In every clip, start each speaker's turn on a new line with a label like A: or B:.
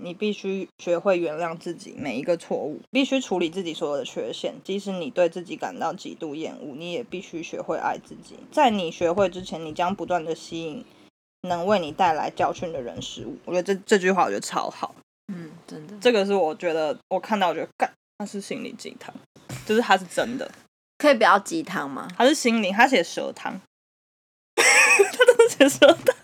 A: 你必须学会原谅自己每一个错误，必须处理自己所有的缺陷。即使你对自己感到极度厌恶，你也必须学会爱自己。在你学会之前，你将不断的吸引能为你带来教训的人事物。我觉得这这句话我觉得超好，
B: 嗯，真的。
A: 这个是我觉得我看到我觉得干，那是心灵鸡汤，就是它是真的，
B: 可以不要鸡汤吗？
A: 它是心灵，它写蛇汤， 它真的写蛇汤。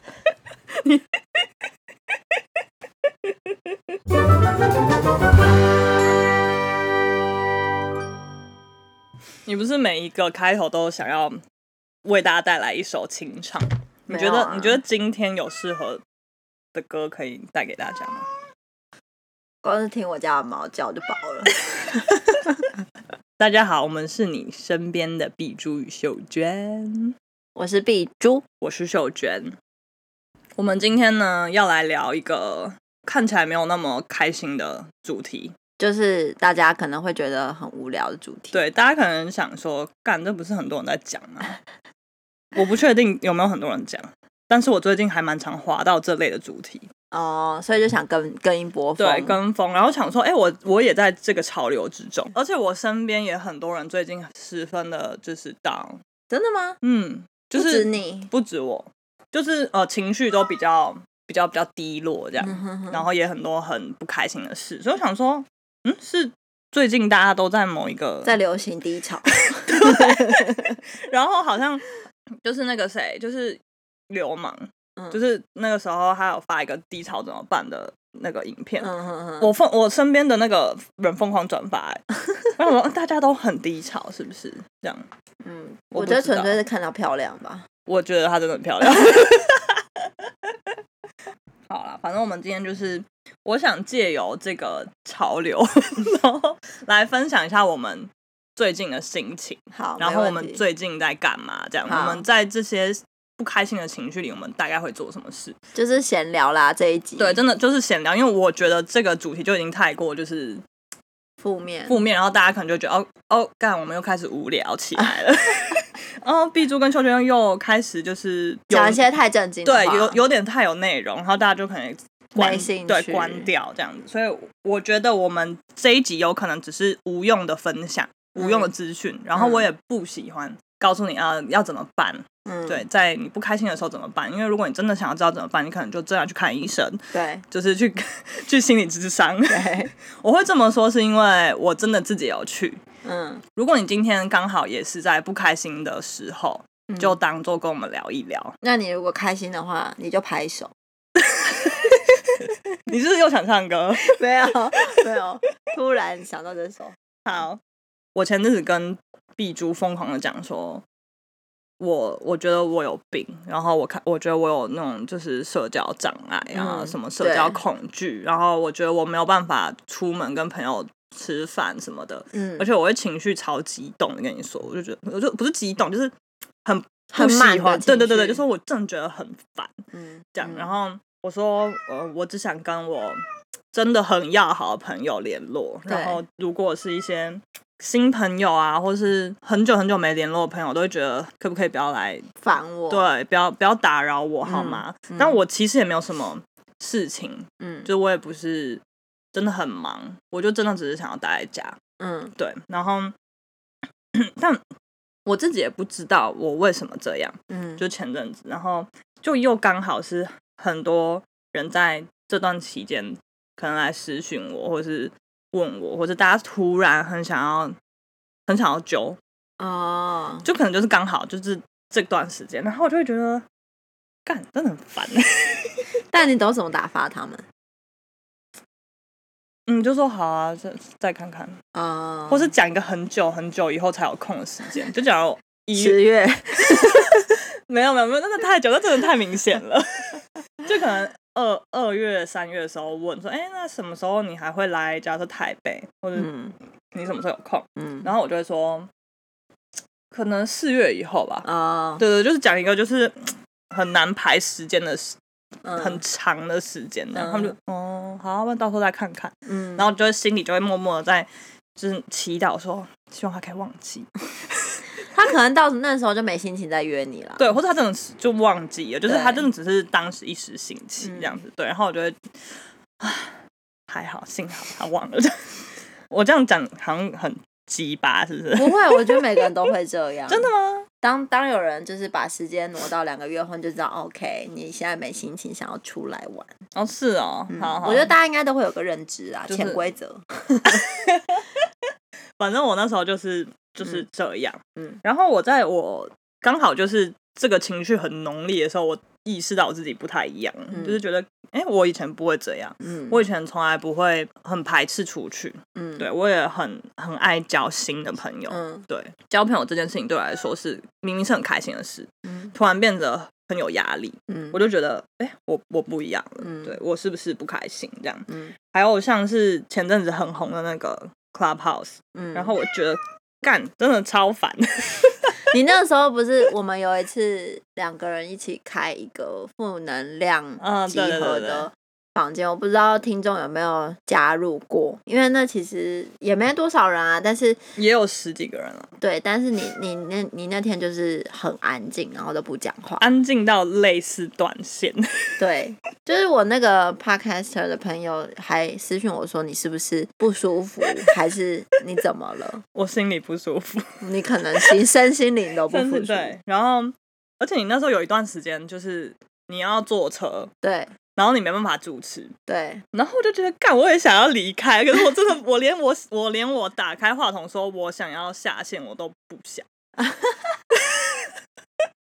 A: 你不是每一个开头都想要为大家带来一首清唱？你觉
B: 没
A: 得、
B: 有啊
A: 你觉得今天有适合的歌可以带给大家吗？
B: 光是听我家的猫叫就饱了。
A: 大家好，我们是你身边的碧珠与秀娟，
B: 我是碧珠，
A: 我是秀娟。我们今天呢要来聊一个看起来没有那么开心的主题，
B: 就是大家可能会觉得很无聊的主题。，
A: 对，大家可能想说，干，这不是很多人在讲吗？我不确定有没有很多人讲，但是我最近还蛮常滑到这类的主题，
B: 哦、所以就想跟跟一波风。
A: 对，跟风，然后想说，哎、我我也在这个潮流之中，而且我身边也很多人最近十分的就是 down，
B: 真的吗？
A: 嗯，就
B: 不止
A: 是
B: 你，
A: 不止我，就是呃情绪都比较比较比较低落这样，
B: 嗯哼哼
A: 呃然后也很多很不开心的事，所以我想说，嗯，是最近大家都在某一个
B: 在流行低潮。
A: 然后好像就是那个谁，就是流氓，
B: 嗯
A: 就是那个时候他有发一个低潮怎么办的那个影片，
B: 嗯哼哼，
A: 我疯我身边的那个人疯狂转 发、欸，然后我说大家都很低潮，是不是这样？
B: 嗯，
A: 我
B: 我
A: 不
B: 觉得
A: 知道
B: 纯粹是看到漂亮吧。
A: 我觉得她真的很漂亮。 好啦，反正我们今天就是，我想借由这个潮流， 然后来分享一下我们最近的心情。
B: 好，
A: 然
B: 没
A: 后我
B: 问
A: 们
B: 题
A: 最近在干嘛？这样，
B: 好
A: 我们在这些不开心的情绪里，我们大概会做什么事？
B: 就是闲聊啦这一集。
A: 对，真的就是闲聊，因为我觉得这个主题就已经太过就是
B: 负面。
A: 负面，然后大家可能就觉得哦哦，干，我们又开始无聊起来了。 哦，碧珠跟秋娟又开始就是有
B: 讲一些太震惊的
A: 对
B: 话，
A: 有有点太有内容，然后大家就可能
B: 没
A: 关
B: 兴
A: 对
B: 趣
A: 关掉这样子。所以我觉得我们这一集有可能只是无用的分享、
B: 嗯
A: 无用的资讯，然后我也不喜欢告诉你啊要怎么办。
B: 嗯
A: 对，在你不开心的时候怎么办？因为如果你真的想要知道怎么办，你可能就真的去看医生，
B: 对
A: 就是去去心理智商。
B: 对，
A: 我会这么说是因为我真的自己有去。
B: 嗯，
A: 如果你今天刚好也是在不开心的时候，
B: 嗯
A: 就当做跟我们聊一聊。
B: 那你如果开心的话，你就拍手。
A: 你是不是又想唱歌？
B: 没有没 有，哦突然想到这首，
A: 好，我前阵子跟碧珠疯狂的讲说，我我觉得我有病，然后我看我觉得我有那种就是社交障碍啊，
B: 嗯
A: 什么社交
B: 对
A: 恐惧，然后我觉得我没有办法出门跟朋友吃饭什么的，
B: 嗯
A: 而，且我会情绪超激动的跟你说，我就觉得我就不是激动，就是很
B: 很
A: 不喜
B: 满的
A: 欢，对对对对，
B: 情绪
A: 就说我真的觉得很烦
B: 嗯，
A: 这样，然
B: 后
A: 后我说呃，我只想跟我真的很要好的朋友联络，
B: 对
A: 然后如果是一些新朋友啊，或是很久很久没联络的朋友，都会觉得可不可以不要来，
B: 烦我，，
A: 对，啊不要不要打扰我好吗？
B: 嗯
A: 但我其实也没有什么事情，
B: 嗯
A: 就我也不是真的很忙，我就真的只是想要待在家，
B: 嗯
A: 对，然后 但我自己也不知道我为什么这样。
B: 嗯，
A: 就前阵子，然后就又刚好是很多人在这段期间可能来私讯我，或是问我，或者大家突然很想要很想要揪，
B: 哦，
A: 就可能就是刚好就是这段时间，然后我就会觉得，干真的很烦，欸
B: 但你懂怎么打发他们
A: 嗯，就说好啊，再再看看，
B: 啊？
A: 或是讲一个很久很久以后才有空的时间，就假如一
B: 十月，
A: 没有没有没有，真的太久，那真的太明显了。 就可能二二月、三月的时候问说，哎、那什么时候你还会来？假如说台北，或者
B: 嗯
A: 你什么时候有空？
B: 嗯，
A: 然后我就会说，可能四月以后吧。
B: 啊，
A: 对对，就是讲一个就是很难排时间的时，
B: 嗯
A: 很长的时间这样，
B: 嗯
A: 他们就哦好，那到时候再看看。
B: 嗯，
A: 然后就会心里就会默默的在就是祈祷说，希望他可以忘记。
B: 他可能到那时候就没心情再约你了，
A: 对，或者他真的是就忘记了，就是
B: 对嗯
A: 他真的只是当时一时兴起这样子。对，然后我就会，唉还好，幸好他忘了。 我这样讲好像很鸡巴，是不是？
B: 不会，我觉得每个人都会这 样。
A: 真的吗？
B: 当当有人就是把时间挪到两个月后，你就知道 OK，你现在没心情想要出来玩。
A: 哦，是哦，好好，
B: 嗯我觉得大家应该都会有个认知啊，
A: 就是
B: 潜规则。
A: 反正我那时候就是就是这样，
B: 嗯，
A: 然后我在我刚好就是这个情绪很浓烈的时候，我意识到我自己不太一样，
B: 嗯
A: 就是觉得，哎、我以前不会这样，
B: 嗯，
A: 我以前从来不会很排斥出去，
B: 嗯
A: 对啊我也很很爱交新的朋友，
B: 嗯
A: 对，交朋友这件事情对我来说是明明是很开心的事，
B: 嗯
A: 突然变得很有压力，
B: 嗯
A: 我就觉得，哎、我我不一样了，
B: 嗯
A: 对我是不是不开心这样？
B: 嗯
A: 还有像是前阵子很红的那个 Clubhouse，
B: 嗯，
A: 然后我觉得。干，真的 超烦，
B: 你那时候不是我们有一次两个人一起开一个负能量
A: 嗯
B: 集
A: 对对
B: 合
A: 对对
B: 的房间，我不知道听众有没有加入过，因为那其实也没多少人啊，但是
A: 也有十几个人了，
B: 对，但是你你那你那天就是很安静，然后都不讲话，
A: 安静到类似断线。
B: 对，就是我那个 podcaster 的朋友还私讯我说你是不是不舒服，还是你怎么了？
A: 我心里不舒服，
B: 你可能心 身心灵都不
A: 真
B: 舒
A: 是
B: 服，
A: 对。然后，而且你那时候有一段时间，就是你要坐车，
B: 对
A: 然后你没办法主持，
B: 对，
A: 然后我就觉得，干，我也想要离开，可是我真的，我连我我连我打开话筒说我想要下线，我都不想。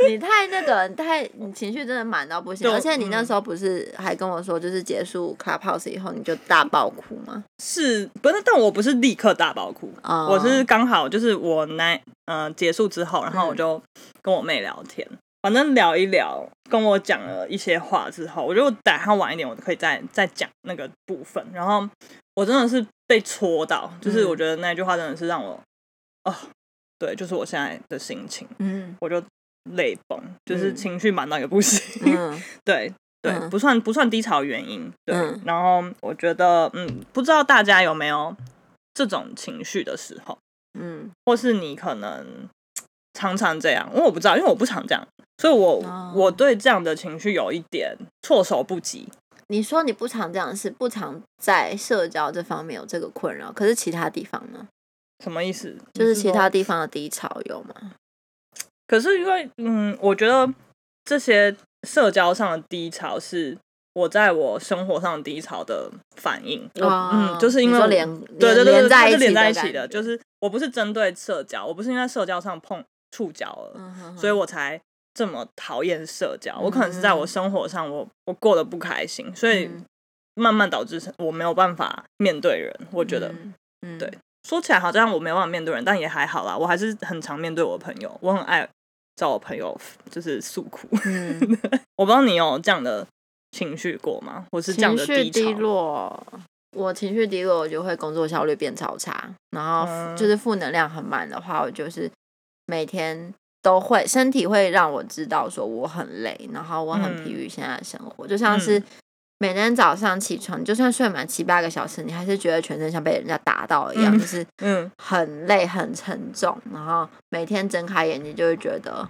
B: 你太那个，你太你情绪真的满到不行，
A: 对
B: 而且你那
A: 嗯
B: 时候不是还跟我说，就是结束 Clubhouse 以后你就大爆哭吗？
A: 是，不是？但我不是立刻大爆哭，
B: 哦
A: 我是刚好就是我那呃结束之后，然后我
B: 嗯
A: 就跟我妹聊天，反正聊一聊，跟我讲了一些话之后，我就等她晚一点，我可以再再讲那个部分。然后我真的是被戳到，就是
B: 嗯
A: 我觉得那句话真的是让我，哦，对，就是我现在的心情，
B: 嗯
A: 我就泪崩，就是
B: 嗯
A: 情绪满到一个不行。
B: 嗯
A: 对对，
B: 嗯
A: 不算不算低潮原因。对，
B: 嗯
A: 然后我觉得，嗯，不知道大家有没有这种情绪的时候，
B: 嗯
A: 或是你可能常常这样，因为我不知道，因为我不常这样，所以我、
B: 哦
A: 我对这样的情绪有一点措手不及。
B: 你说你不常这样，是不常在社交这方面有这个困扰，可是其他地方呢？
A: 什么意思？
B: 就是其他
A: 说，
B: 地方的低潮有吗？
A: 可是因为，嗯，我觉得这些社交上的低潮是。我在我生活上的低潮的反应，我
B: 哦
A: 嗯，就是因
B: 你
A: 为
B: 说
A: 我
B: 连
A: 对对对，
B: 连在
A: 它
B: 一
A: 是
B: 起
A: 连在一
B: 感
A: 起的，
B: 觉
A: 就是我不是针对社交，我不是因为在社交上碰触角了，
B: 嗯哼哼
A: 所以我才这么讨厌社交。我可能是在我
B: 嗯
A: 生活上我，我过得不开心，所以
B: 嗯
A: 慢慢导致我没有办法面对人。我觉得、
B: 嗯嗯
A: 对说起来好像我没办法面对人，但也还好啦，我还是很常面对我的朋友，我很爱找我朋友就是诉苦。
B: 嗯，
A: 我不知道你有这样的情绪过吗？或是这样
B: 情
A: 的
B: 绪低
A: 潮？
B: 落，我情绪低落，我就会工作效率变超差，然后负
A: 嗯
B: 就是负能量很满的话，我就是每天都会身体会让我知道说我很累，然后我很疲于现在的生活，就像是
A: 嗯
B: 每天早上起床，就算睡满七八个小时，你还是觉得全身像被人家打到一样，
A: 嗯
B: 就是
A: 嗯，
B: 很累很沉重，然后每天睁开眼睛就会觉得。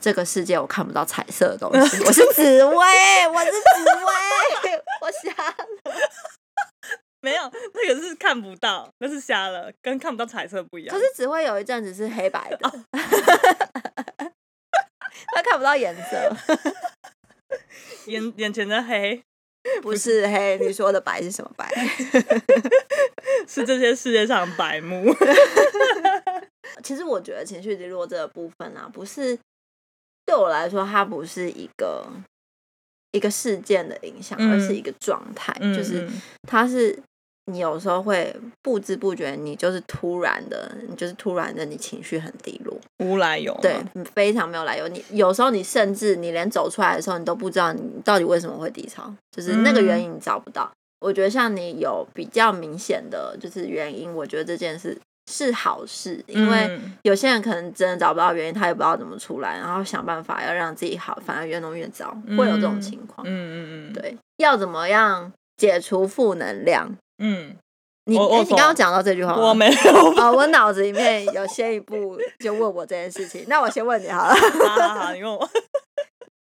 B: 这个世界我看不到彩色的东西，我是紫薇，我是紫薇，我瞎
A: 没有，那个是看不到，那是瞎了，跟看不到彩色不一样。
B: 可是只会有一阵子是黑白
A: 哦
B: 的， 他看不到颜色，
A: 眼眼前的黑
B: 不是黑。你说的白是什么白？
A: 是这些世界上的白 目，
B: 其实我觉得情绪低落这个部分啊，不是对我来说，它不是一个一个事件的影响，
A: 嗯
B: 而是一个状态，
A: 嗯
B: 就是
A: 嗯
B: 它是。你有时候会不知不觉，你就是突然的，你就是突然的，你情绪很低落，
A: 无来由嘛。
B: 对，非常没有来由。你有时候你甚至你连走出来的时候，你都不知道你到底为什么会低潮，就是那个
A: 嗯
B: 原因你找不到。我觉得像你有比较明显的就是原因，我觉得这件事是好事，因为
A: 嗯
B: 有些人可能真的找不到原因，他也不知道怎么出来，然后想办法要让自己好，反而越弄越糟，会有这种情况。
A: 嗯嗯嗯，
B: 对，要怎么样解除负能量？
A: 嗯，
B: 你
A: 我我
B: 哎你
A: 懂
B: 刚刚讲到这句话吗，
A: 我没有。
B: 哦，我脑子里面有先一步就问我这件事情，那我先问你好了。
A: 好好好，你问 我。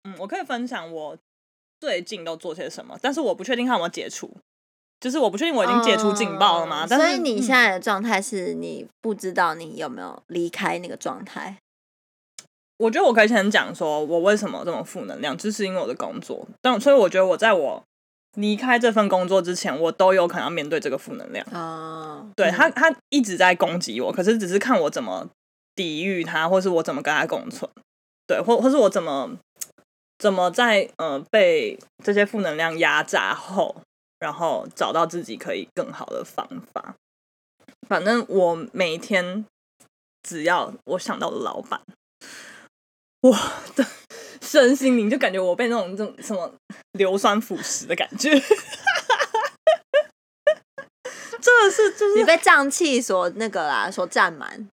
A: 嗯，我可以分享我最近都做些什么，但是我不确定看我解除。就是我不确定我已经解除警报了嘛，
B: 嗯
A: 但是
B: 所以你
A: 嗯
B: 现在的状态是你不知道你有没有离开那个状态。
A: 我觉得我可以先讲说我为什么这么负能量，就是因为我的工作。但所以我觉得我在我离开这份工作之前，我都有可能要面对这个负能量。
B: 哦，
A: 对
B: 嗯
A: 他，他一直在攻击我，可是只是看我怎么抵御他，或是我怎么跟他共存，对，或或是我怎么怎么在呃被这些负能量压榨后，然后找到自己可以更好的方法。反正我每天只要我想到老板，我的身心灵就感觉我被那种这种什么硫酸腐蚀的感觉。 这是就是
B: 你被瘴气所那个啦，所占满，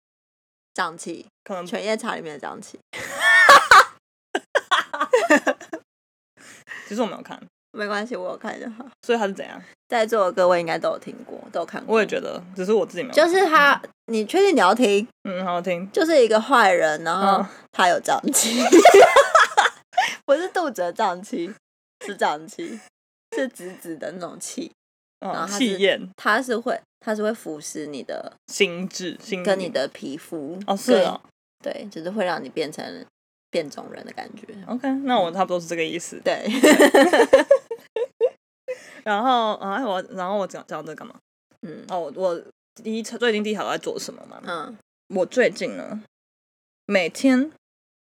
B: 瘴气，
A: 可能
B: 犬夜叉里面的瘴气。
A: 其实我没有看，
B: 没关系，我有看就好。
A: 所以他是怎样？
B: 在座的各位应该都有听过，都有看过。
A: 我也觉得，只是我自己没有看。
B: 就是他，你确定你要听？
A: 嗯，好好听。
B: 就是一个坏人，然后
A: 嗯
B: 他有瘴气， 不是肚子的瘴气，是瘴气，是紫紫的那种气。然
A: 嗯，
B: 后他是
A: 气焰、
B: 它是会，它是会腐蚀你的
A: 心智、心
B: 跟你
A: 理
B: 的皮肤
A: 嗯哦是哦
B: 跟对，就是会让你变成变种人的感觉。
A: OK，那我差不多是这个意思。
B: 嗯 对，
A: 然后，哎，我然后我讲讲这干嘛？
B: 嗯
A: 哦，我我第一最近第一条在做什么嘛？
B: 嗯，
A: 我最近呢，每天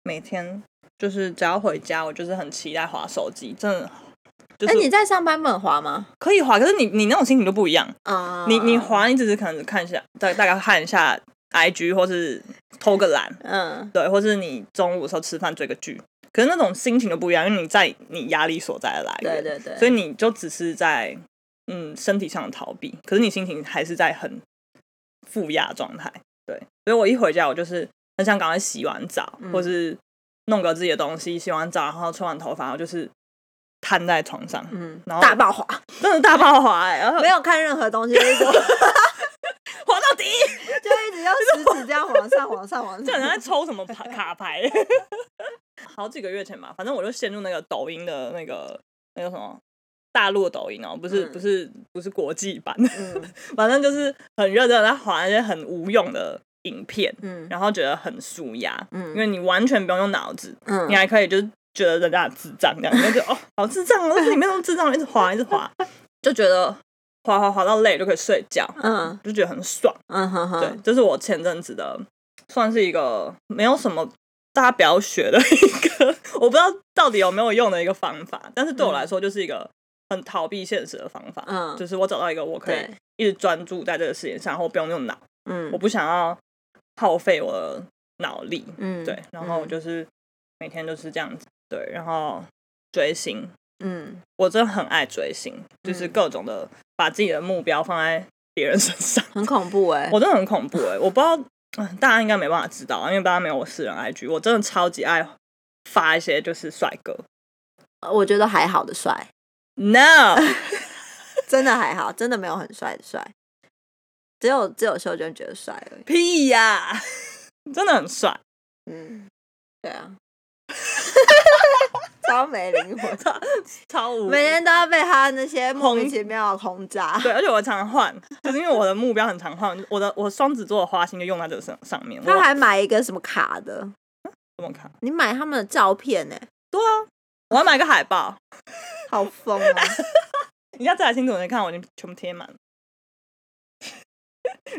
A: 每天就是只要回家，我就是很期待划手机，真的就
B: 哎、
A: 是
B: 你在上班本滑吗？
A: 可以划，可是你你那种心情就不一样。
B: 啊、
A: 你你，划，你只是可能只看一下，大大概看一下 IG 或是偷个懒，
B: 嗯，
A: 对，或是你中午的时候吃饭追个剧，可是那种心情就不一样，因为你在你压力所在的来源，
B: 对对对，
A: 所以你就只是在嗯身体上的逃避，可是你心情还是在很负压状态，对，所以我一回家我就是很想赶快洗完澡，
B: 嗯
A: 或是弄个自己的东西，洗完澡然后吹完头发，我就是瘫在床上，
B: 嗯，
A: 然后
B: 大爆滑，
A: 真的大爆滑、欸，然后
B: 没有看任何东西，就一直 就
A: 滑到底，
B: 一直用食指这样往上往上 往
A: 这
B: 上
A: 人，在抽什么牌卡牌？ 好几个月前吧，反正我就陷入那个抖音的那个那个什么大陆的抖音哦、不是、
B: 嗯
A: 不是不是国际版，
B: 嗯
A: 反正就是很认真地在划那些很无用的影片，
B: 嗯
A: 然后觉得很舒压，
B: 嗯
A: 因为你完全不用用脑子，你
B: 嗯，
A: 还可以就是觉得人家很智障这 样，你就觉得哦好智障哦，但是里面都智障，一直滑一直滑，就觉得滑滑滑到累就可以睡觉，
B: 嗯
A: 就觉得很爽。
B: 嗯哼
A: 对
B: 哼，，
A: 这是我前阵子的，算是一个没有什么大家不要学的一个，我不知道到底有没有用的一个方法，但是对我
B: 嗯
A: 来说就是一个很逃避现实的方法。
B: 嗯
A: 就是我找到一个我可以
B: 对
A: 一直专注在这个事情上，然后不用用脑，我
B: 嗯
A: 不想要耗费我的脑力。
B: 嗯，
A: 对，然后我就是每天就是这样子，对，然后追星，
B: 嗯
A: 我真的很爱追星，就是
B: 嗯
A: 各种的把自己的目标放在别人身上。
B: 很恐怖哎、
A: 我真的很恐怖哎、我不知道，嗯大家应该没办法知道，因为大家没有我私人 IG，我真的超级爱发一些就是帅哥
B: 我我觉得还好的帅，
A: ，no，
B: 真的还好，真的没有很帅的帅，只有只有秀娟觉得帅而已。
A: 屁呀、 真的很帅，
B: 嗯，对啊， 超没灵 魂，
A: 超无
B: 每天都要被他那些莫名
A: 轰
B: 其妙的轰炸。
A: 对，而且我常换，就是因为我的目标很常换，我的我双子座的花心就用在这个上上面，我
B: 他还买一个什么卡的，
A: 怎么看？
B: 你买他们的照片呢、
A: 对啊，我要买个海报，
B: 好 疯啊！
A: 你下次来新竹你看，我已经全部贴满了。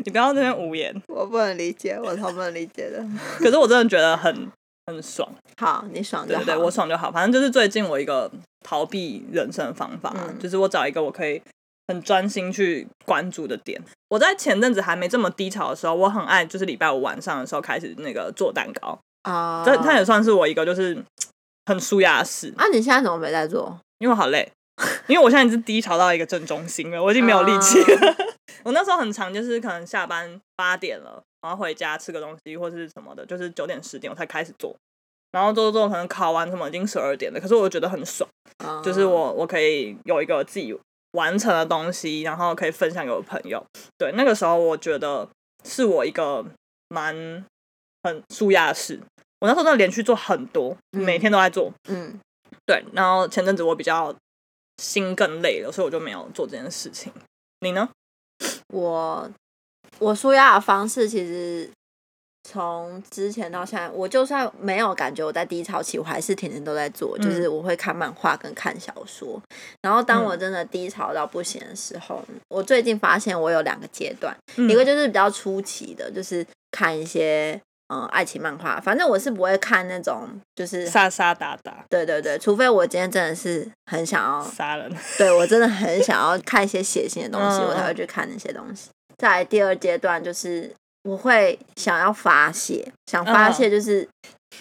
A: 你不要在那边无言，
B: 我不能理解，我超不能理解的。
A: 可是我真的觉得很很爽。
B: 好，你爽就
A: 对
B: 好。
A: 对对，我爽就好。反正就是最近我一个逃避人生的方法啊、
B: 嗯
A: 就是我找一个我可以很专心去关注的点。我在前阵子还没这么低潮的时候，我很爱就是礼拜五晚上的时候开始那个做蛋糕，
B: 啊，
A: 这、它也算是我一个就是嘖很舒压的事，
B: 啊，你现在怎么没在做？
A: 因为我好累， 因为我现在已经低潮到一个正中心了，我已经没有力气了。 我那时候很长，就是可能下班八点了，然后回家吃个东西或是什么的，就是九点十点我才开始做。然后做做做，可能考完什么已经十二点了，可是我觉得很爽，
B: 啊
A: 就是我我可以有一个自己完成的东西，然后可以分享给我朋友。对，那个时候我觉得是我一个蛮很舒压的事。我那时候真的连续做很多，
B: 嗯
A: 每天都在做。
B: 嗯
A: 对，然后前阵子我比较心更累了，所以我就没有做这件事情。你呢？
B: 我我舒压的方式其实从之前到现在，我就算没有感觉我在低潮期，我还是天天都在做，
A: 嗯
B: 就是我会看漫画跟看小说。然后当我
A: 嗯
B: 真的低潮到不行的时候，我最近发现我有两个阶段，
A: 嗯
B: 一个就是比较初期的，就是看一些嗯爱情漫画，反正我是不会看那种就是。
A: 杀杀打打
B: 对对对，除非我今天真的是很想要
A: 杀人，
B: 对我真的很想要看一些血腥的东西，
A: 嗯
B: 我才会去看那些东西。再来第二阶段就是我会想要发泄，想发泄
A: 嗯
B: 就是。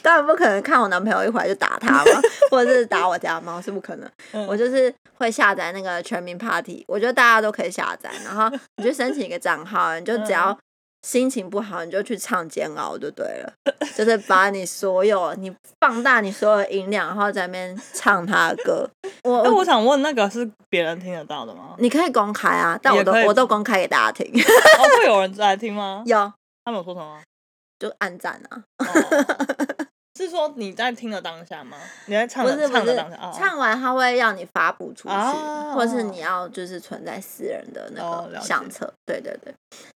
B: 当然不可能看我男朋友一回来就打他嘛，或者是打我家猫是不可能。
A: 嗯
B: 我就是会下载那个全民 Party，我觉得大家都可以下载，然后你就申请一个账号，你就
A: 嗯
B: 只要心情不好，你就去唱《煎熬》就对了，就是把你所有你放大你所有的音量，然后在那边唱他的歌。我
A: 哎，我想问那个是别人听得到的吗
B: ？你可以公开啊，但我
A: 也
B: 都
A: 可以
B: 我都公开给大家 听，
A: 哦，会有人来听吗？
B: 有
A: 他们有说什么 吗？
B: 就按赞啊，
A: 哦是说你在听的当下吗？你在唱
B: 不
A: 的
B: 是不
A: 唱的
B: 是
A: 当下，哦、
B: 唱完他会让你发布出去，
A: 哦
B: 或是你要就是存在私人的那
A: 哦
B: 个
A: 了解
B: 相册，对对对，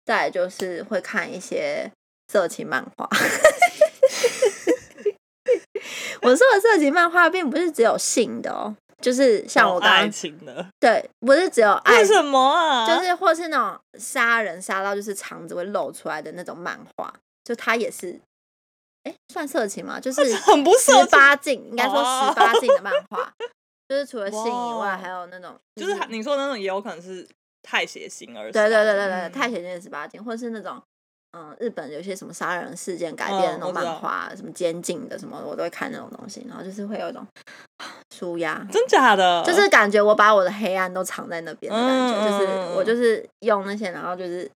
B: 再来就是会看一些色情漫画。 我说的色情漫画并不是只有性的哦，就是像
A: 有
B: 我刚
A: 爱
B: 刚
A: 情的，
B: 对，不是只有啊爱
A: 为，什么啊？
B: 就是或是那种杀人杀到就是肠子会露出来的那种漫画，就它也是，哎、算色情吗？就是
A: 很不
B: 十
A: 色情，
B: 八禁，应该说
A: 哦
B: 十八禁的漫画，就是除了性以
A: 哇哦
B: 外，还有那种
A: 就是你说的那种也有可能是太血腥而
B: 对对对
A: 杀的
B: 对对，
A: 嗯
B: 太血腥的十八禁，或是那种。嗯，日本有些什么杀人事件改编的
A: 嗯
B: 那
A: 我
B: 种
A: 知道
B: 漫画，什么监禁的什么，我都会看那种东西，然后就是会有一种啊舒压，
A: 真假的，
B: 就是感觉我把我的黑暗都藏在那边的感觉，
A: 嗯
B: 就是
A: 嗯嗯
B: 我就是用那些，然后就是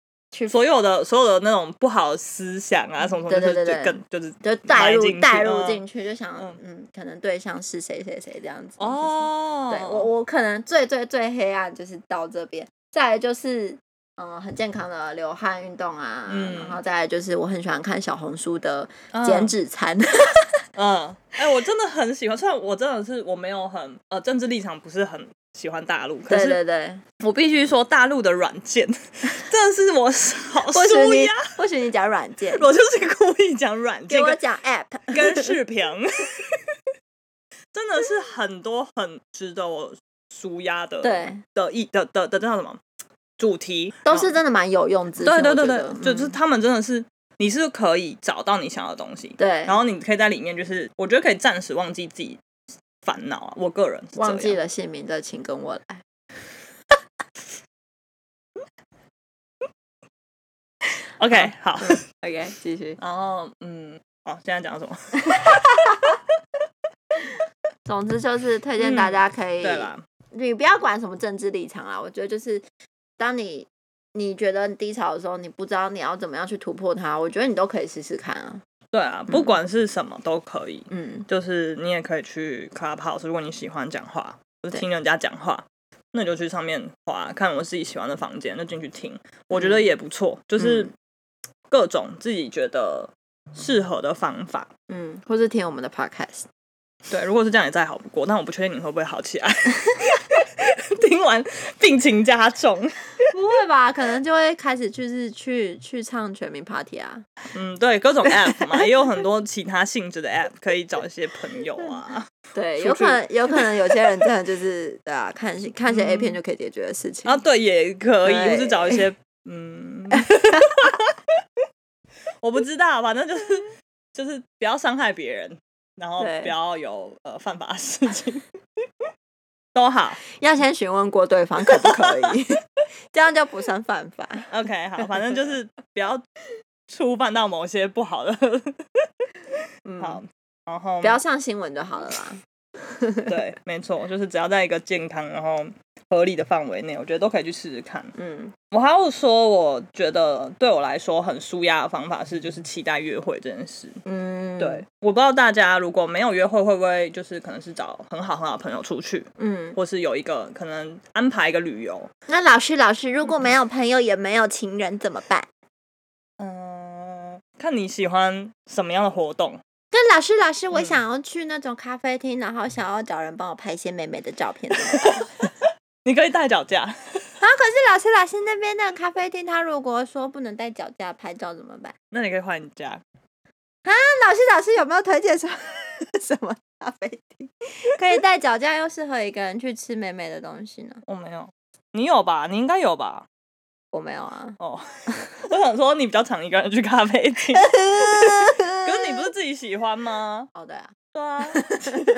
A: 所有的所有的那种不好的思想啊什么什么，
B: 嗯对
A: 就是就
B: 对对对
A: 更就是
B: 就带
A: 埋
B: 入
A: 进
B: 带
A: 去
B: 入
A: 嗯
B: 进去，就想
A: 嗯
B: 嗯可能对象是谁谁谁这样子。
A: 哦，
B: 就是对我我可能最最最黑暗就是到这边，再来就是嗯、呃很健康的流汗运动啊，
A: 嗯
B: 然后再来就是我很喜欢看小红书的
A: 嗯
B: 减脂餐，
A: 嗯，哎、我真的很喜欢，虽然我真的是我没有很呃政治立场不是很喜欢大陆，可
B: 对
A: 是
B: 对对，
A: 我必须说大陆的软件 真的是我好
B: 或许
A: 舒
B: 你
A: 压，
B: 或许你讲软件，
A: 我就是故意讲软
B: 给
A: 件
B: 我
A: 跟
B: 讲 app，
A: 跟视频， 真的是很多很值得我舒压的
B: 对，
A: 的意的的的叫什么主题，
B: 都是
A: 然后
B: 真的蛮有用之，
A: 对对
B: 我
A: 对
B: 觉
A: 对
B: 得，
A: 就是
B: 嗯
A: 他们真的是你是可以找到你想要的东西，
B: 对，
A: 然后你可以在里面，就是我觉得可以暂时忘记自己烦恼啊。我个人是这样
B: 忘记，了姓名的，请跟我来。哦
A: OK，好。
B: OK，继续。
A: 然后嗯，哦，现在讲什么？
B: 总之就是推荐大家可
A: 嗯
B: 以，
A: 对啦，
B: 你不要管什么政治立场啦，我觉得就是当你你觉得你低潮的时候，你不知道你要怎么样去突破它，我觉得你都可以试试看啊。
A: 对啊，不管是什么都可以，
B: 嗯，
A: 就是你也可以去 Clubhouse，如果你喜欢讲话，就是
B: 对
A: 听人家讲话。那你就去上面划，看我自己喜欢的房间，就进去听，我觉得也不错，就是
B: 嗯
A: 各种自己觉得适合的方法。
B: 嗯，或是听我们的 podcast，
A: 对，如果是这样也再好不过，但我不确定你会不会好起来。 听完病情加重，
B: 不会吧？可能就会开始就是去去唱全民 party 啊。
A: 嗯，对，各种 app 嘛，也有很多其他性质的 app 可以找一些朋友啊。
B: 对，
A: 出去
B: 有可能有可能有些人真的就是对啊，看戏看些 A 片就可以解决的事情
A: 啊，。对，也可以，
B: 对
A: 或是找一些 嗯，我不知道，反正就是就是不要伤害别人，然后
B: 对
A: 不要有呃犯法的事情， 都好。
B: 要先询问过对方可不可以， 这样就不算犯 法。
A: OK，好，反正就是不要触犯到某些不好的。
B: 嗯，
A: 好，然后
B: 不要上新闻就好了啦。
A: 对，没错，就是只要在一个健康然后合理的范围内，我觉得都可以去试试看。
B: 嗯，
A: 我还要说，我觉得对我来说很舒压的方法是，就是期待约会这件事。
B: 嗯，
A: 对，，我不知道大家如果没有约会，会不会就是可能是找很好很好的朋友出去，
B: 嗯。
A: 或是有一个可能安排一个旅游。
B: 那老师，老师，如果没有朋友也没有情人怎么办？
A: 嗯、看你喜欢什么样的活动。
B: 那老师，老师，我
A: 嗯
B: 想要去那种咖啡厅，然后想要找人帮我拍一些美美的照片怎么办
A: 你可以带脚架，
B: 啊？可是老师，老师那边的咖啡厅，他如果说不能带脚架拍照怎么办？
A: 那你可以换你家，
B: 那老师，老师有没有推荐什么什么咖啡厅可以带脚架又适合一个人去吃美美的东西呢？
A: 我没有，你有吧？你应该有吧？，
B: 我没有啊
A: 哦， 我想说你比较常一个人去咖啡厅，可
B: 可
A: 是你不是自己喜欢吗？
B: 哦对啊，
A: 对啊，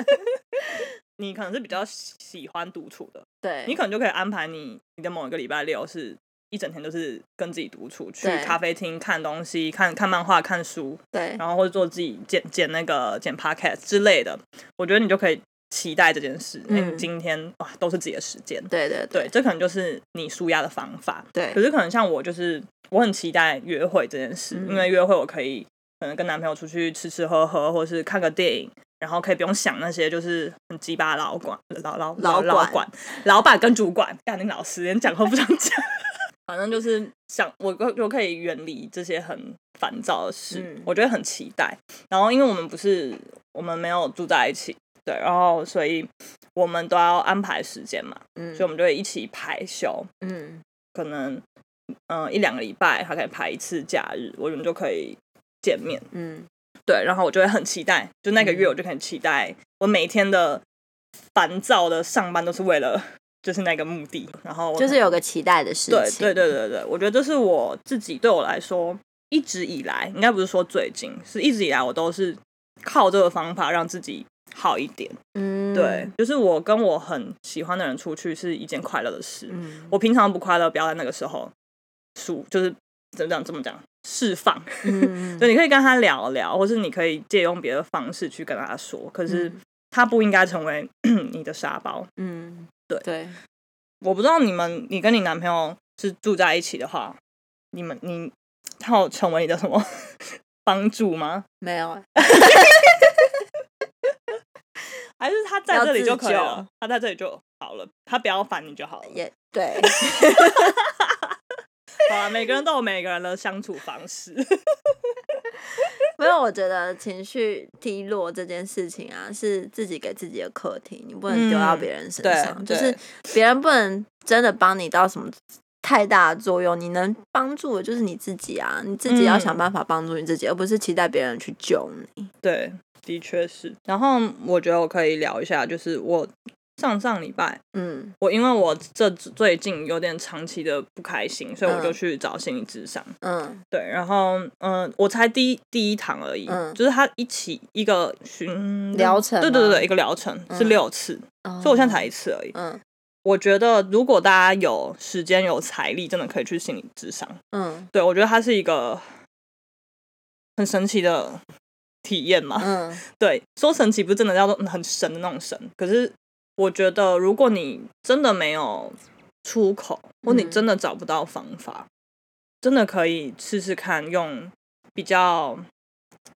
A: 你可能是比较喜喜欢独处的，
B: 对，
A: 你可能就可以安排你你的某一个礼拜六是一整天都是跟自己独处，去
B: 对
A: 咖啡厅看东西、看看漫画、看书，
B: 对
A: 然后或者做自己剪剪那个剪 podcast 之类的。我觉得你就可以期待这件事，因为
B: 嗯
A: 你今天哇都是自己的时间。
B: 对对
A: 对，这可能就是你舒压的方法。
B: 对
A: 可是可能像我，就是我很期待约会这件事，
B: 嗯
A: 因为约会我可以可能跟男朋友出去吃吃喝喝，或是看个电影，然后可以不用想那些就是很鸡巴老管老老
B: 老
A: 老
B: 管
A: 管老板跟主管，干你老师连讲都不想讲。 反正就是想我可我可以远离这些很烦躁的事，
B: 嗯
A: 我觉得很期待。然后因为我们不是我们没有住在一起，对，然后所以我们都要安排时间嘛，
B: 嗯
A: 所以我们就会一起排休，
B: 嗯
A: 可能嗯、呃一两个礼拜，他可以排一次假日，我们就可以见面。
B: 嗯
A: 对，然后我就会很期待，就那个月
B: 嗯
A: 我就很期待，我每天的烦躁的上班都是为了就是那个目的，然后我
B: 就是有个期待的事
A: 对
B: 情，
A: 对对对对，我觉得这是我自己对我来说一直以来，应该不是说最近，是一直以来我都是靠这个方法让自己好一点。
B: 嗯
A: 对，就是我跟我很喜欢的人出去是一件快乐的事。
B: 嗯
A: 我平常不快乐，不要在那个时候舒，就是怎么讲怎么讲释放。
B: 嗯
A: 对，你可以跟他聊聊，或是你可以借用别的方式去跟他说，可是
B: 嗯
A: 他不应该成为 你的沙包。
B: 嗯
A: 对
B: 对，
A: 我不知道你们，你跟你男朋友是住在一起的话，你们你他有成为你的什么 帮助吗？
B: 没有欸
A: 还是他在这里就可以
B: 要自
A: 了
B: 救？
A: 他在这里就好了，他不要烦你就好了。
B: 也 对，
A: 好了，每个人都有每个人的相处方式。
B: 没有，我觉得情绪低落这件事情啊，是自己给自己的课题，你不能丢到
A: 嗯
B: 别人身
A: 对
B: 上，就
A: 对
B: 是别人不能真的帮你到什么。太大的作用，你能帮助的就是你自己啊！你自己要想
A: 嗯
B: 办法帮助你自己，而不是期待别人去救你。
A: 对，的确是。然后我觉得我可以聊一下，就是我上上礼拜，
B: 嗯
A: 我因为我这最近有点长期的不开心，所以我就
B: 嗯
A: 去找心理智商。
B: 嗯
A: 对，然后嗯、我才第一第一堂而已，
B: 嗯
A: 就是他一起一个巡
B: 疗程
A: 对对
B: 吗
A: 对对，一个疗程是
B: 嗯
A: 六次，
B: 哦
A: 所以我现在才一次而已。
B: 嗯
A: 我觉得如果大家有时间有财力，真的可以去心理智商。
B: 嗯
A: 对我觉得它是一个很神奇的体验嘛。
B: 嗯
A: 对，说神奇不是真的叫做嗯很神的那种神，可是我觉得如果你真的没有出口，或你
B: 嗯
A: 真的找不到方法，真的可以试试看用比较。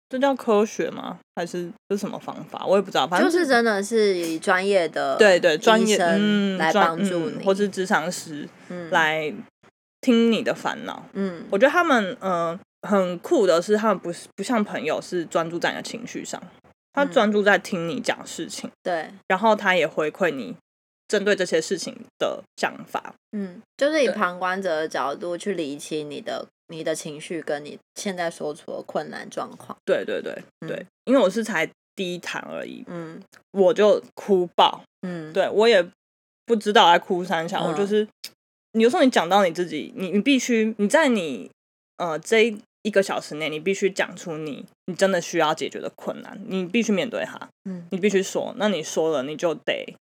A: 这叫科学吗？还是这是什么方法？我也不知道，反正
B: 就是真的是以专业的
A: 对对专
B: 医
A: 业
B: 生
A: 嗯
B: 来
A: 专
B: 帮助
A: 嗯
B: 你，
A: 或是职场师
B: 嗯
A: 来听你的烦恼。
B: 嗯
A: 我觉得他们呃很酷的是，他们不是不像朋友，是专注在你的情绪上，他
B: 嗯
A: 专注在听你讲事情，
B: 对
A: 然后他也回馈你针对这些事情的想法。
B: 嗯，就是以
A: 对
B: 旁观者的角度去理清你的你的情绪跟你现在所处的困难状况。
A: 对对对对，
B: 嗯
A: 因为我是才第一堂而已，
B: 嗯
A: 我就哭爆，
B: 嗯，
A: 对我也不知道在哭三小，我
B: 嗯
A: 就是你有时候你讲到你自己，你你必须你在你呃这一一个小时内，你必须讲出你你真的需要解决的困难，你必须面对它。
B: 嗯
A: 你必须说，那你说了你就得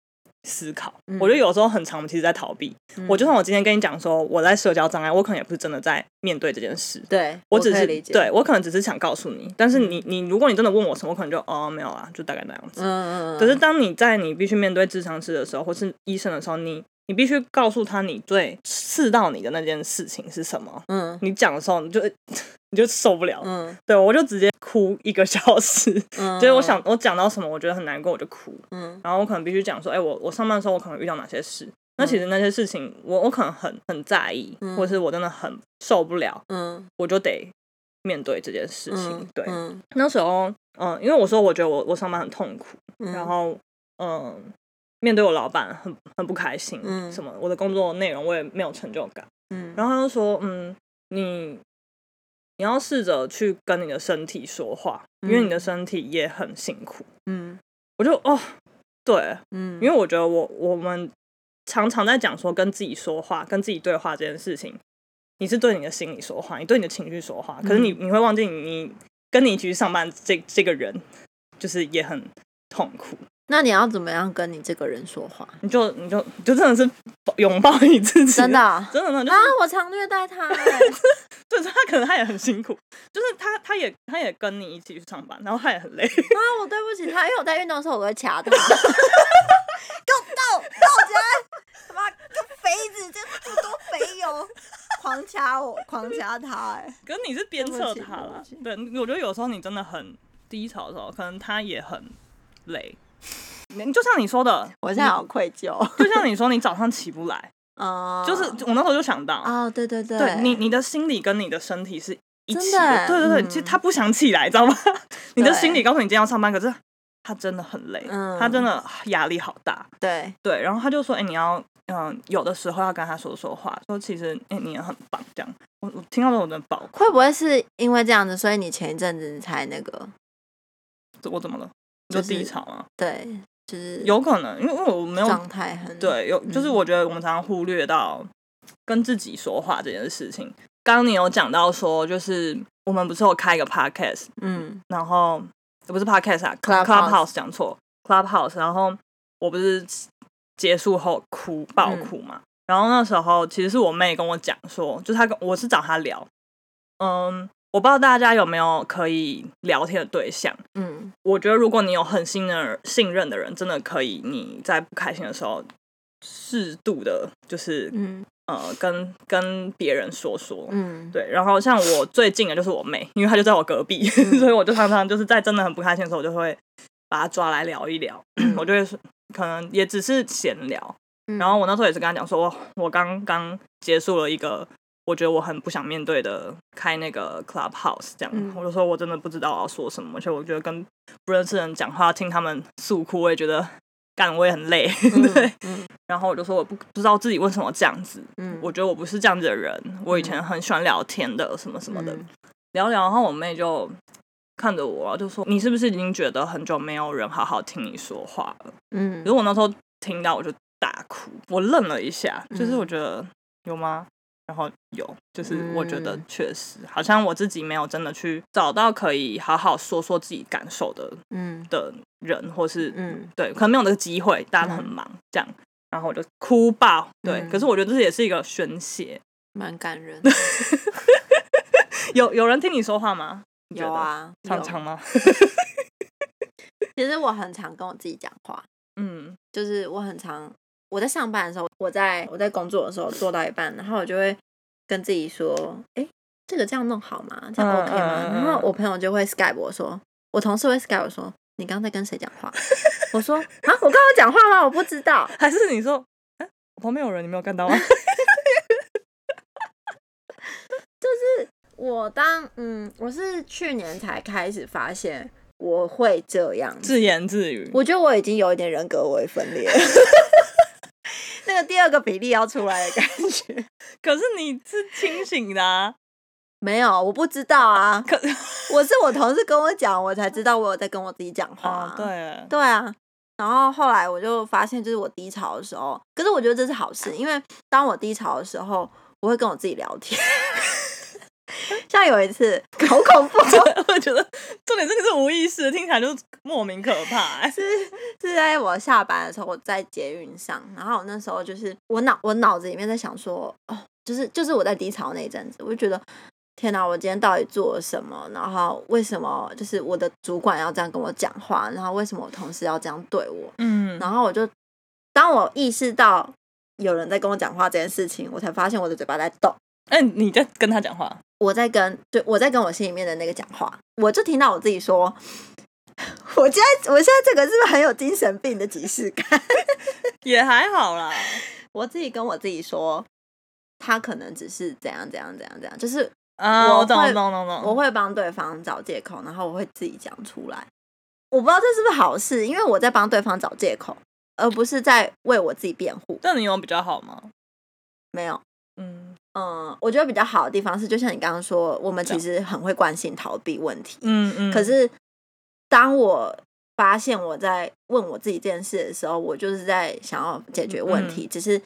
A: 思考。
B: 嗯
A: 我觉得有时候很长，我们其实在逃避。
B: 嗯
A: 我就算我今天跟你讲说我在社交障碍，我可能也不是真的在面对这件事，
B: 对，
A: 我
B: 我
A: 只
B: 可以
A: 是
B: 理解，嗯
A: 对我可能只是想告诉你，但是你你如果你真的问我什么，我可能就哦没有啦，就大概那样子。
B: 嗯嗯，
A: 可是当你在你必须面对智商师的时候，或是医生的时候，你你必须告诉他你最刺到你的那件事情是什么。
B: 嗯
A: 你讲的时候，你就 你就受不了，
B: 嗯
A: 对我就直接哭一个小时。
B: 嗯，
A: 就是我想我讲到什么，我觉得很难过，我就哭。
B: 嗯
A: 然后我可能必须讲说，哎、我我上班的时候我可能遇到哪些事，那其实那些事情我我可能很很在意，
B: 嗯
A: 或者是我真的很受不了，
B: 嗯
A: 我就得面对这件事情。
B: 嗯
A: 对，
B: 嗯，
A: 呃那时候嗯、因为我说我觉得我我上班很痛苦，
B: 嗯
A: 然后嗯、面对我老板很很不开心，
B: 嗯
A: 什么我的工作内容我也没有成就感。
B: 嗯，
A: 然后他就说，嗯，你你要试着去跟你的身体说话，因为你的身体也很辛苦。
B: 嗯
A: 我就哦，对，
B: 嗯，
A: 因为
B: 为
A: 我觉得我我们常常在讲说跟自己说话、跟自己对话这件事情，你是对你的心理说话，你对你的情绪说话，可是你
B: 嗯
A: 你会忘记你你跟你一起去上班这这个人，就是也很痛苦。
B: 那你要怎么样跟你这个人 说话？
A: 你就你就你就真的是拥抱你自己，
B: 真的啊，
A: 真的 呢，就是、
B: 啊我常虐待他欸，
A: 就是他可能他也很辛苦，就是他他也他也跟你一起去上班，然后他也很累，
B: 啊，我对不起他，因为我在运动的时候我会掐 他，给我倒倒起来，他妈这肥子这这么多肥油，狂掐我，狂掐他、哎，
A: 可是你是鞭策他了
B: 对。
A: 对，我觉得有时候你真的很低潮的时候，可能他也很累。 你就像你说的，
B: 我现在好愧疚，
A: 就像你说，你早上起不来，
B: 啊、
A: 就是我那时候就想到，
B: 哦，对对对，
A: 对你你的心理跟你的身体是一起
B: 真的
A: 对对对，
B: 嗯
A: 其实他不想起来，知 道吗？你的
B: 对
A: 心理告诉你今天要上班，可是他真的很累，
B: 嗯
A: 他真的压力好大。
B: 对，
A: 对，然后他就说：“哎、你要，嗯、有的时候要跟他说说话，说其实，哎、你也很棒。”这样，我我听到这种的爆哭，
B: 会不会是因为这样子，所以你前一阵子你才那个？
A: 我怎么了？你就
B: 就是
A: 低潮啊？
B: 对，就是
A: 有可能，因为我没有
B: 状态很，
A: 对，有就是
B: 嗯
A: 我觉得我们常常忽略到跟自己说话这件事情。刚刚你有讲到说，就是我们不是有开一个 podcast，
B: 嗯
A: 然后呃不是 podcast 啊
B: Clubhouse
A: ，clubhouse 讲错，clubhouse，然后我不是结束后哭爆
B: 嗯
A: 哭嘛，然后那时候其实是我妹跟我讲说，就是她跟我是找她聊，嗯，我不知道大家有没有可以聊天的对象，
B: 嗯
A: 我觉得如果你有很信任的人信任的人，真的可以你在不开心的时候适度的，就是、
B: 嗯
A: 呃跟跟别人说说，
B: 嗯，
A: 对，然后像我最近的就是我妹，因为她就在我隔壁，
B: 嗯
A: 所以我就常常就是在真的很不开心的时候，我就会把她抓来聊一聊。我就会说可能也只是闲聊。
B: 嗯
A: 然后我那时候也是跟她讲说，我我刚刚结束了一个我觉得我很不想面对的开那个 Clubhouse 这样，
B: 嗯
A: 我就说我真的不知道我要说什么，而且我觉得跟不认识的人讲话，听他们诉苦，我也觉得干我也很累。
B: 嗯
A: 对，，
B: 嗯
A: 然后我就说我不不知道自己为什么这样子，
B: 嗯，
A: 我觉得我不是这样子的人，我以前很喜欢聊天的，什么什么的，
B: 嗯
A: 聊聊。然后我妹就看着我，就说：“你是不是已经觉得很久没有人好好听你说话了
B: 嗯？”
A: 可是我那时候听到我就大哭，我愣了一下，
B: 嗯
A: 就是我觉得有吗？然后有，就是我觉得
B: 嗯
A: 确实好像我自己没有真的去找到可以好好说说自己感受的
B: 嗯
A: 的人，或是
B: 嗯
A: 对，可能没有那个机会，大家都很忙，这样。然后我就哭爆，对。
B: 嗯
A: 可是我觉得这也是一个宣泄，
B: 蛮 感人的，
A: 有有人听你说话吗？你觉
B: 有
A: 得，
B: 啊，
A: 常
B: 有
A: 常 吗？
B: 其实我很常跟我自己讲话，
A: 嗯
B: 就是我很常我在上班的时候，我在我在工作的时候做到一半，然后我就会跟自己说，哎、这个这样弄好吗？这样
A: 嗯
B: OK 吗？
A: 嗯嗯
B: 然后我朋友就会 Skype 我说，我同事会 Skype 我说，你刚刚在跟谁讲话？我说啊，我刚刚讲话吗？我不知道。
A: 还是你说，哎、我旁边有人，你没有看到吗？
B: 我当嗯，我是去年才开始发现我会这样子
A: 自言自语，
B: 我觉得我已经有一点人格为分裂， 那个第二个比例要出来的感觉。
A: 可是你是清醒的啊。
B: 没有，我不知道啊，
A: 可
B: 我是我同事跟我讲，我才知道我有在跟我自己讲话、
A: 啊，对，
B: 对啊。然后后来我就发现，就是我低潮的时候，可是我觉得这是好事，因为当我低潮的时候，我会跟我自己聊天。 像有一次，好恐怖哦，
A: 我觉得重点真的是无意识的，听起来就莫名可怕、哎
B: 是是在我下班的时候，我在捷运上，然后我那时候就是我脑我脑子里面在想说，哦，就是就是我在低潮那一阵子，我就觉得天哪，我今天到底做了什么？然后为什么就是我的主管要这样跟我讲话？然后为什么我同事要这样对我？
A: 嗯，
B: 然后我就当我意识到有人在跟我讲话这件事情，我才发现我的嘴巴在动。
A: 哎、你在跟他讲话，
B: 我在跟就我在跟我心里面的那个讲话，我就听到我自己说， 我现在我现在这个是不是很有精神病的即视感？
A: 也还好啦。
B: 我自己跟我自己说，他可能只是怎样怎样怎样怎样，就是
A: 啊，
B: 我
A: 我懂，
B: 会
A: 我懂，懂懂。
B: 我会帮对方找借口，然后我会自己讲出来。我不知道这是不是好事，因为我在帮对方找借口，而不是在为我自己辩护。
A: 但你有比较好吗？
B: 没有，
A: 嗯
B: 嗯，我觉得比较好的地方是，就像你刚刚说，我们
A: 这
B: 其
A: 样
B: 实很会惯性逃避问题。
A: 嗯嗯。
B: 可是当我发现我在问我自己这件事的时候，我就是在想要解
A: 嗯
B: 决问题，只是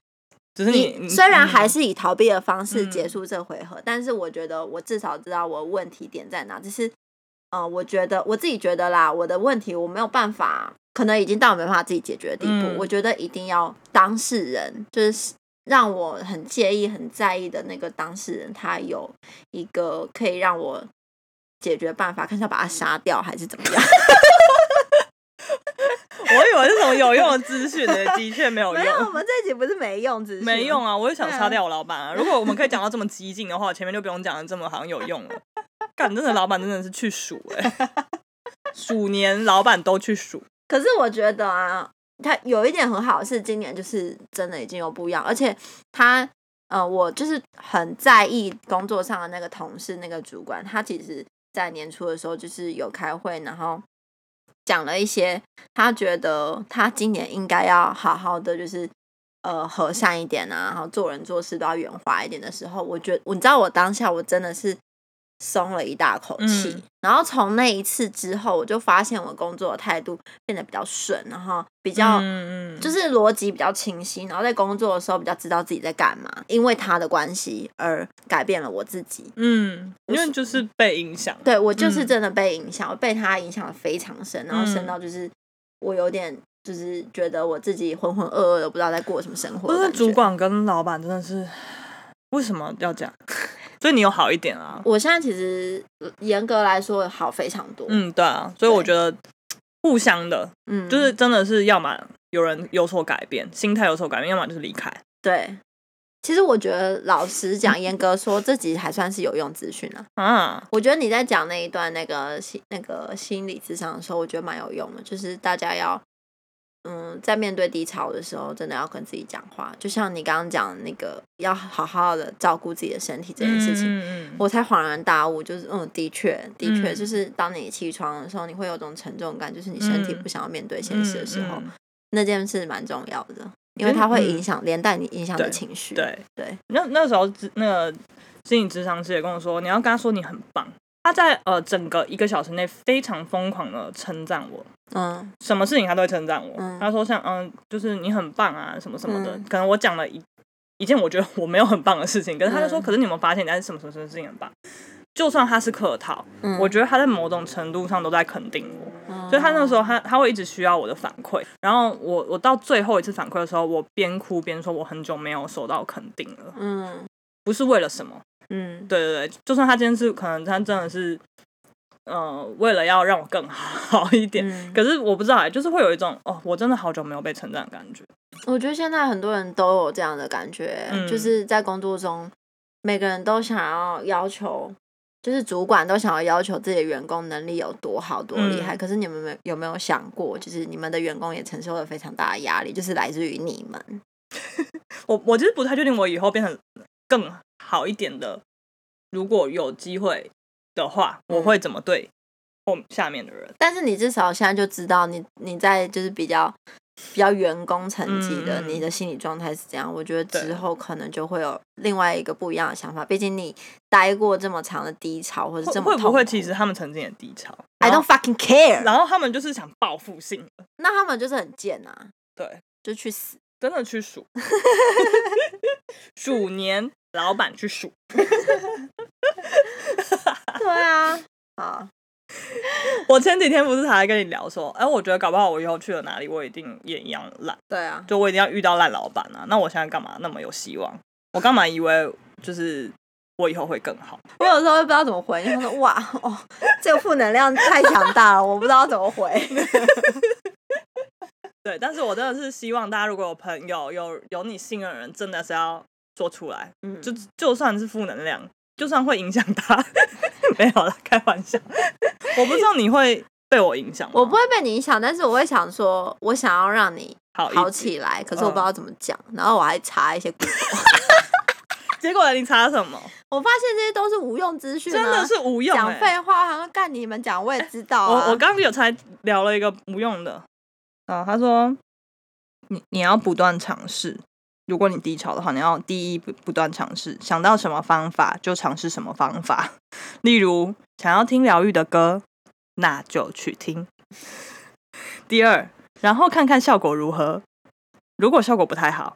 A: 只是
B: 以
A: 你嗯
B: 虽然还
A: 是
B: 是以逃避的方式结
A: 嗯
B: 束这回合，但是我觉得我至少知道我问题点在哪。只是，呃，我觉得我自己觉得啦，我的问题我没有办法，可能已经到我没办法自己解决的地步。
A: 嗯
B: 我觉得一定要当事人，就是让我很介意、很在意的那个当事人，他有一个可以让我解决办法，看是要把他杀掉还是怎么样。
A: 我以为是什么有用的资讯呢，的确没哦有
B: 没有，我
A: 用。
B: 们这一集不是没用，只是
A: 没用啊！我也想
B: 对啊
A: 杀掉我老板啊！如果我们可以讲到这么激进的话，我前面就不用讲的这么好像有用了。干，真的老板真的是去数哎、鼠年老板都去数，
B: 可是我觉得啊，它有一点很好是今年就是真的已经有不一样，而且他呃，我就是很在意工作上的那个同事那个主管，他其实在年初的时候就是有开会，然后讲了一些他觉得他今年应该要好好的就是。呃，和善一点啊，然后做人做事都要圆滑一点的时候，我觉得，你知道，我当下我真的是松了一大口气。
A: 嗯
B: 然后从那一次之后，我就发现我工作的态度变得比较顺，然后比较、
A: 嗯嗯，
B: 就是是逻辑比较清晰，然后在工作的时候比较知道自己在干嘛，因为他的关系而改变了我自己。
A: 嗯，因为就是被影响，
B: 对我就是
A: 嗯
B: 真的被影响，我被他影响的非常深，然后深
A: 嗯
B: 到就是我有点就是觉得我自己浑浑噩噩的，不知道在过什么生活
A: 不
B: 的
A: 是
B: 感觉。
A: 嗯主管跟老板真的是为什么要这样？所以你有好一点啊，
B: 我现在其实呃严格来说好非常多，
A: 嗯，对啊，所以我觉得互相的，
B: 嗯，
A: 就是真的是要么有人有所改变，心态有所改变，要么就是离开。
B: 对。其实我觉得，老实讲，严格说，这集还算是有用资讯啊。
A: 啊，
B: 我觉得你在讲那一段那个心那个心理智商的时候，我觉得蛮有用的，就是大家要嗯，在面对低潮的时候，真的要跟自己讲话。就像你刚刚讲那个，要好好的照顾自己的身体这件事情，
A: 嗯
B: 我才恍然大悟，就是嗯，的确，的确，
A: 嗯
B: 就是当你起床的时候，你会有种沉重感，就是你身体
A: 嗯
B: 不想要面对现实的时候，
A: 嗯嗯嗯
B: 那件事蛮重要的，因为它会影响、连带你影响你的
A: 对
B: 情绪。
A: 对，
B: 对，
A: 那那时候咨那个心理咨商师也跟我说，你要跟他说你很棒。他在呃整个一个小时内非常疯狂的称赞我，
B: 嗯
A: 什么事情他都会称赞我。
B: 嗯
A: 他说像嗯，就是你很棒啊，什么什么的。
B: 嗯
A: 可能我讲了一一件我觉得我没有很棒的事情，可是他就说，
B: 嗯
A: 可是你有没有发现你在什么什么什么事情很棒？就算他是客套，
B: 嗯，
A: 我觉得他在某种程度上都在肯定我。
B: 嗯
A: 所以他那个时候他他会一直需要我的反馈，然后我我到最后一次反馈的时候，我边哭边说我很久没有收到肯定了，
B: 嗯
A: 不是为了什么，
B: 嗯
A: 对对对，就算他今天是可能他真的是，呃，为了要让我更好 一点，
B: 嗯
A: 可是我不知道欸，就是会有一种哦，我真的好久没有被称赞的感觉，
B: 我觉得现在很多人都有这样的感觉，
A: 嗯
B: 就是在工作中，每个人都想要要求，就是主管都想要要求自己的员工能力有多好、多厉害。
A: 嗯
B: 可是你们没有没有想过，就是你们的员工也承受了非常大的压力，就是来自于你们。
A: 我我其实不太确定我以后变成更好一点的，如果有机会的话，我
B: 嗯
A: 会怎么对后下面的人。
B: 但是你至少现在就知道你，你在就是比较比较员工层级的，
A: 嗯嗯
B: 你的心理状态是怎样？我觉得
A: 对
B: 之后可能就会有另外一个不一样的想法。毕竟你待过这么长的低潮，或者
A: 会
B: 这么
A: 会不会
B: 痛苦
A: 其实他们曾经也低 潮
B: I
A: 然后
B: don't fucking care？
A: 然后他们就是想报复性的，
B: 那他们就是很贱啊，
A: 对，
B: 就去死。
A: 真的去 数，鼠年老板去数，
B: 对啊，好，
A: 我前几天不是才跟你聊说，哎、我觉得搞不好我以后去了哪里，我一定也一样烂，
B: 对啊，
A: 就我一定要遇到烂老板啊。那我现在干嘛那么有希望？我干嘛以为就是我以后会更好？
B: 我有时候会不知道怎么回，因为他说哇哦，这个负能量太强大了，我不知道怎么回。
A: 对，但是我真的是希望大家如果有朋友有有你信任的人，真的是要说出来，
B: 嗯，
A: 就就算是负能量，就算会影响他， 没有啦，开玩笑。我不知道你会被我影响吗，
B: 我不会被你影响，但是我会想说，我想要让你
A: 好一
B: 好嗯
A: 起。
B: 起来，可是我不知道怎么讲，然后我还查一些 Google，
A: 结果你查什么？
B: 我发现这些都是无用资讯、啊，
A: 真的是无用、
B: 讲
A: 欸。
B: 废话，好像干你们讲我也知道、
A: 我
B: 啊
A: 我刚刚有才聊了一个无用的啊，他说你你要不断尝试。如果你低潮的话，你要第一不不断尝试，想到什么方法就尝试什么方法。 例如，想要听疗愈的歌，那就去听。 第二，然后看看效果如何。如果效果不太好，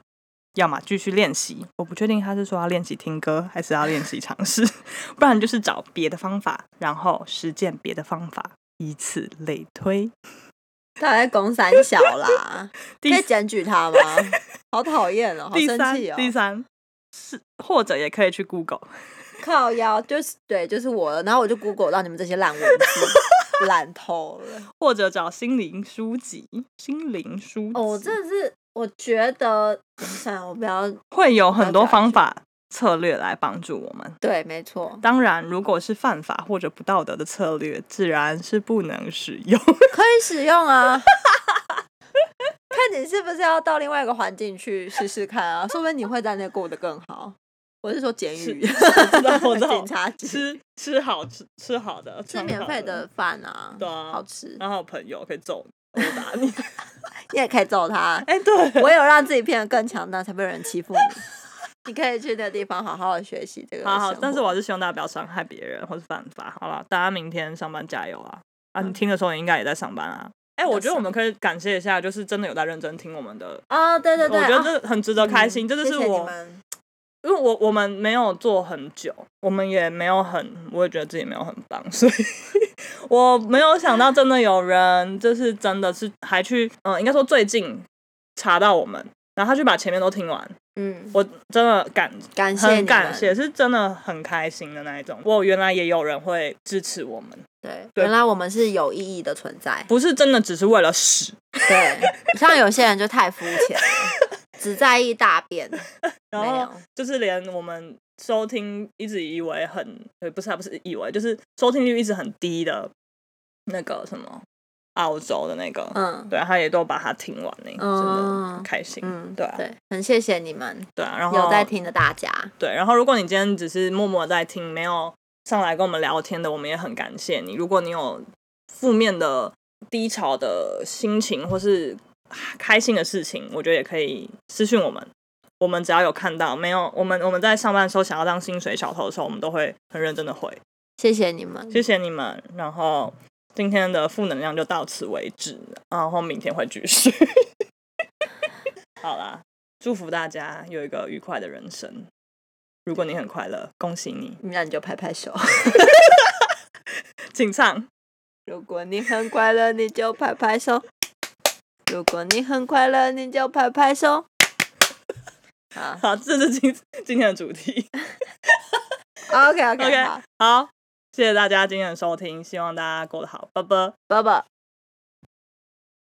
A: 要么继续练习。我不确定他是说要练习听歌，还是要练习尝试， 不然就是找别的方法，然后实践别的方法，以此类推。
B: 他在攻三小 啦，
A: 第
B: 可以检举他吗？好讨厌哦，好
A: 第
B: 生
A: 三，
B: 气哦！
A: 第三是或者也可以去 Google。
B: 靠腰就是对，就是我了。然后我就 Google 到你们这些烂文字， 烂透了。
A: 或者找心灵书籍，心灵书籍、
B: 哦，我真的是，我觉得 算了，我不要。
A: 会有很
B: 了
A: 多
B: 解
A: 方法策略来帮助我们。
B: 对，没错，
A: 当然，如果是犯法或者不道德的策略，自然是不能使用。
B: 可以使用啊。 看你是不是要到另外一个环境去试试看啊，说不定你会在那过得更好。我是说监狱，
A: 知道我知道
B: 警察局
A: 吃吃好吃吃好的，
B: 吃免费的，饭 啊，
A: 对啊
B: 好吃。
A: 然后朋友可以揍你、殴打 你。
B: 你也可以揍他，
A: 哎、对，
B: 我有让自己变得更强大，才不会有人欺负 你。你可以去那个地方好好的学习这个生活。
A: 好好，但是我还是希望大家不要伤害别人或是犯法。好了，大家明天上班加油啊！啊，
B: 嗯
A: 你听的时候你应该也在上班啊。哎、我觉得我们可以感谢一下，就是真的有在认真听我们的
B: 啊、对对对，
A: 我觉
B: 啊
A: 得这很值得开心，
B: 嗯
A: 这就
B: 谢
A: 是
B: 谢你
A: 我，
B: 们
A: 因为我我们没有做很久，我们也没有很，我也觉得自己没有很棒， 所以我没有想到真的有人，就是真的是还去，嗯、应该说最近查到我们，然后他去把前面都听完，
B: 嗯，
A: 我真的感
B: 感谢你
A: 很
B: 们
A: 感谢，是真的很开心的那一种。我原来也有人会支持我们，
B: 对，
A: 对
B: 原来我们是有意义的存在。
A: 不是真的只是为了屎，
B: 对，像有些人就太肤浅 了，只在意大便，
A: 然
B: 没
A: 后
B: 有
A: 就是连我们收听一直以为很，呃，不是、啊、不是以为，就是收听率一直很低的那个什么澳洲的那个，
B: 嗯
A: 对，啊他也都把它听完呢、真的
B: 嗯
A: 很开心，
B: 嗯，
A: 对、啊、
B: 对，很谢谢你们
A: 对啊，然后
B: 有在听的大家，
A: 对，然后如果你今天只是默默在听，没有上来跟我们聊天的，我们也很感谢你。如果你有负面的、低潮的心情，或是啊开心的事情，我觉得也可以私讯我们。我们只要有看到，没有我们我们在上班的时候想要当薪水小偷的时候，我们都会很认真的回。
B: 谢谢你们，
A: 谢谢你们，然后今天的负能量就到此为止，然后明天会继续。 好啦，祝福大家有一个愉快的人生。如果你很快乐，恭喜你，
B: 那你就拍拍手。
A: 请唱。
B: 如果你很快乐，你就拍拍手；如果你很快乐，你就拍拍 手。啊
A: 好，这是今今天的主题。
B: ，OK OK，
A: OK，
B: 好，
A: 好，谢谢大家今天的收听，希望大家过得好，拜拜。
B: 爸爸。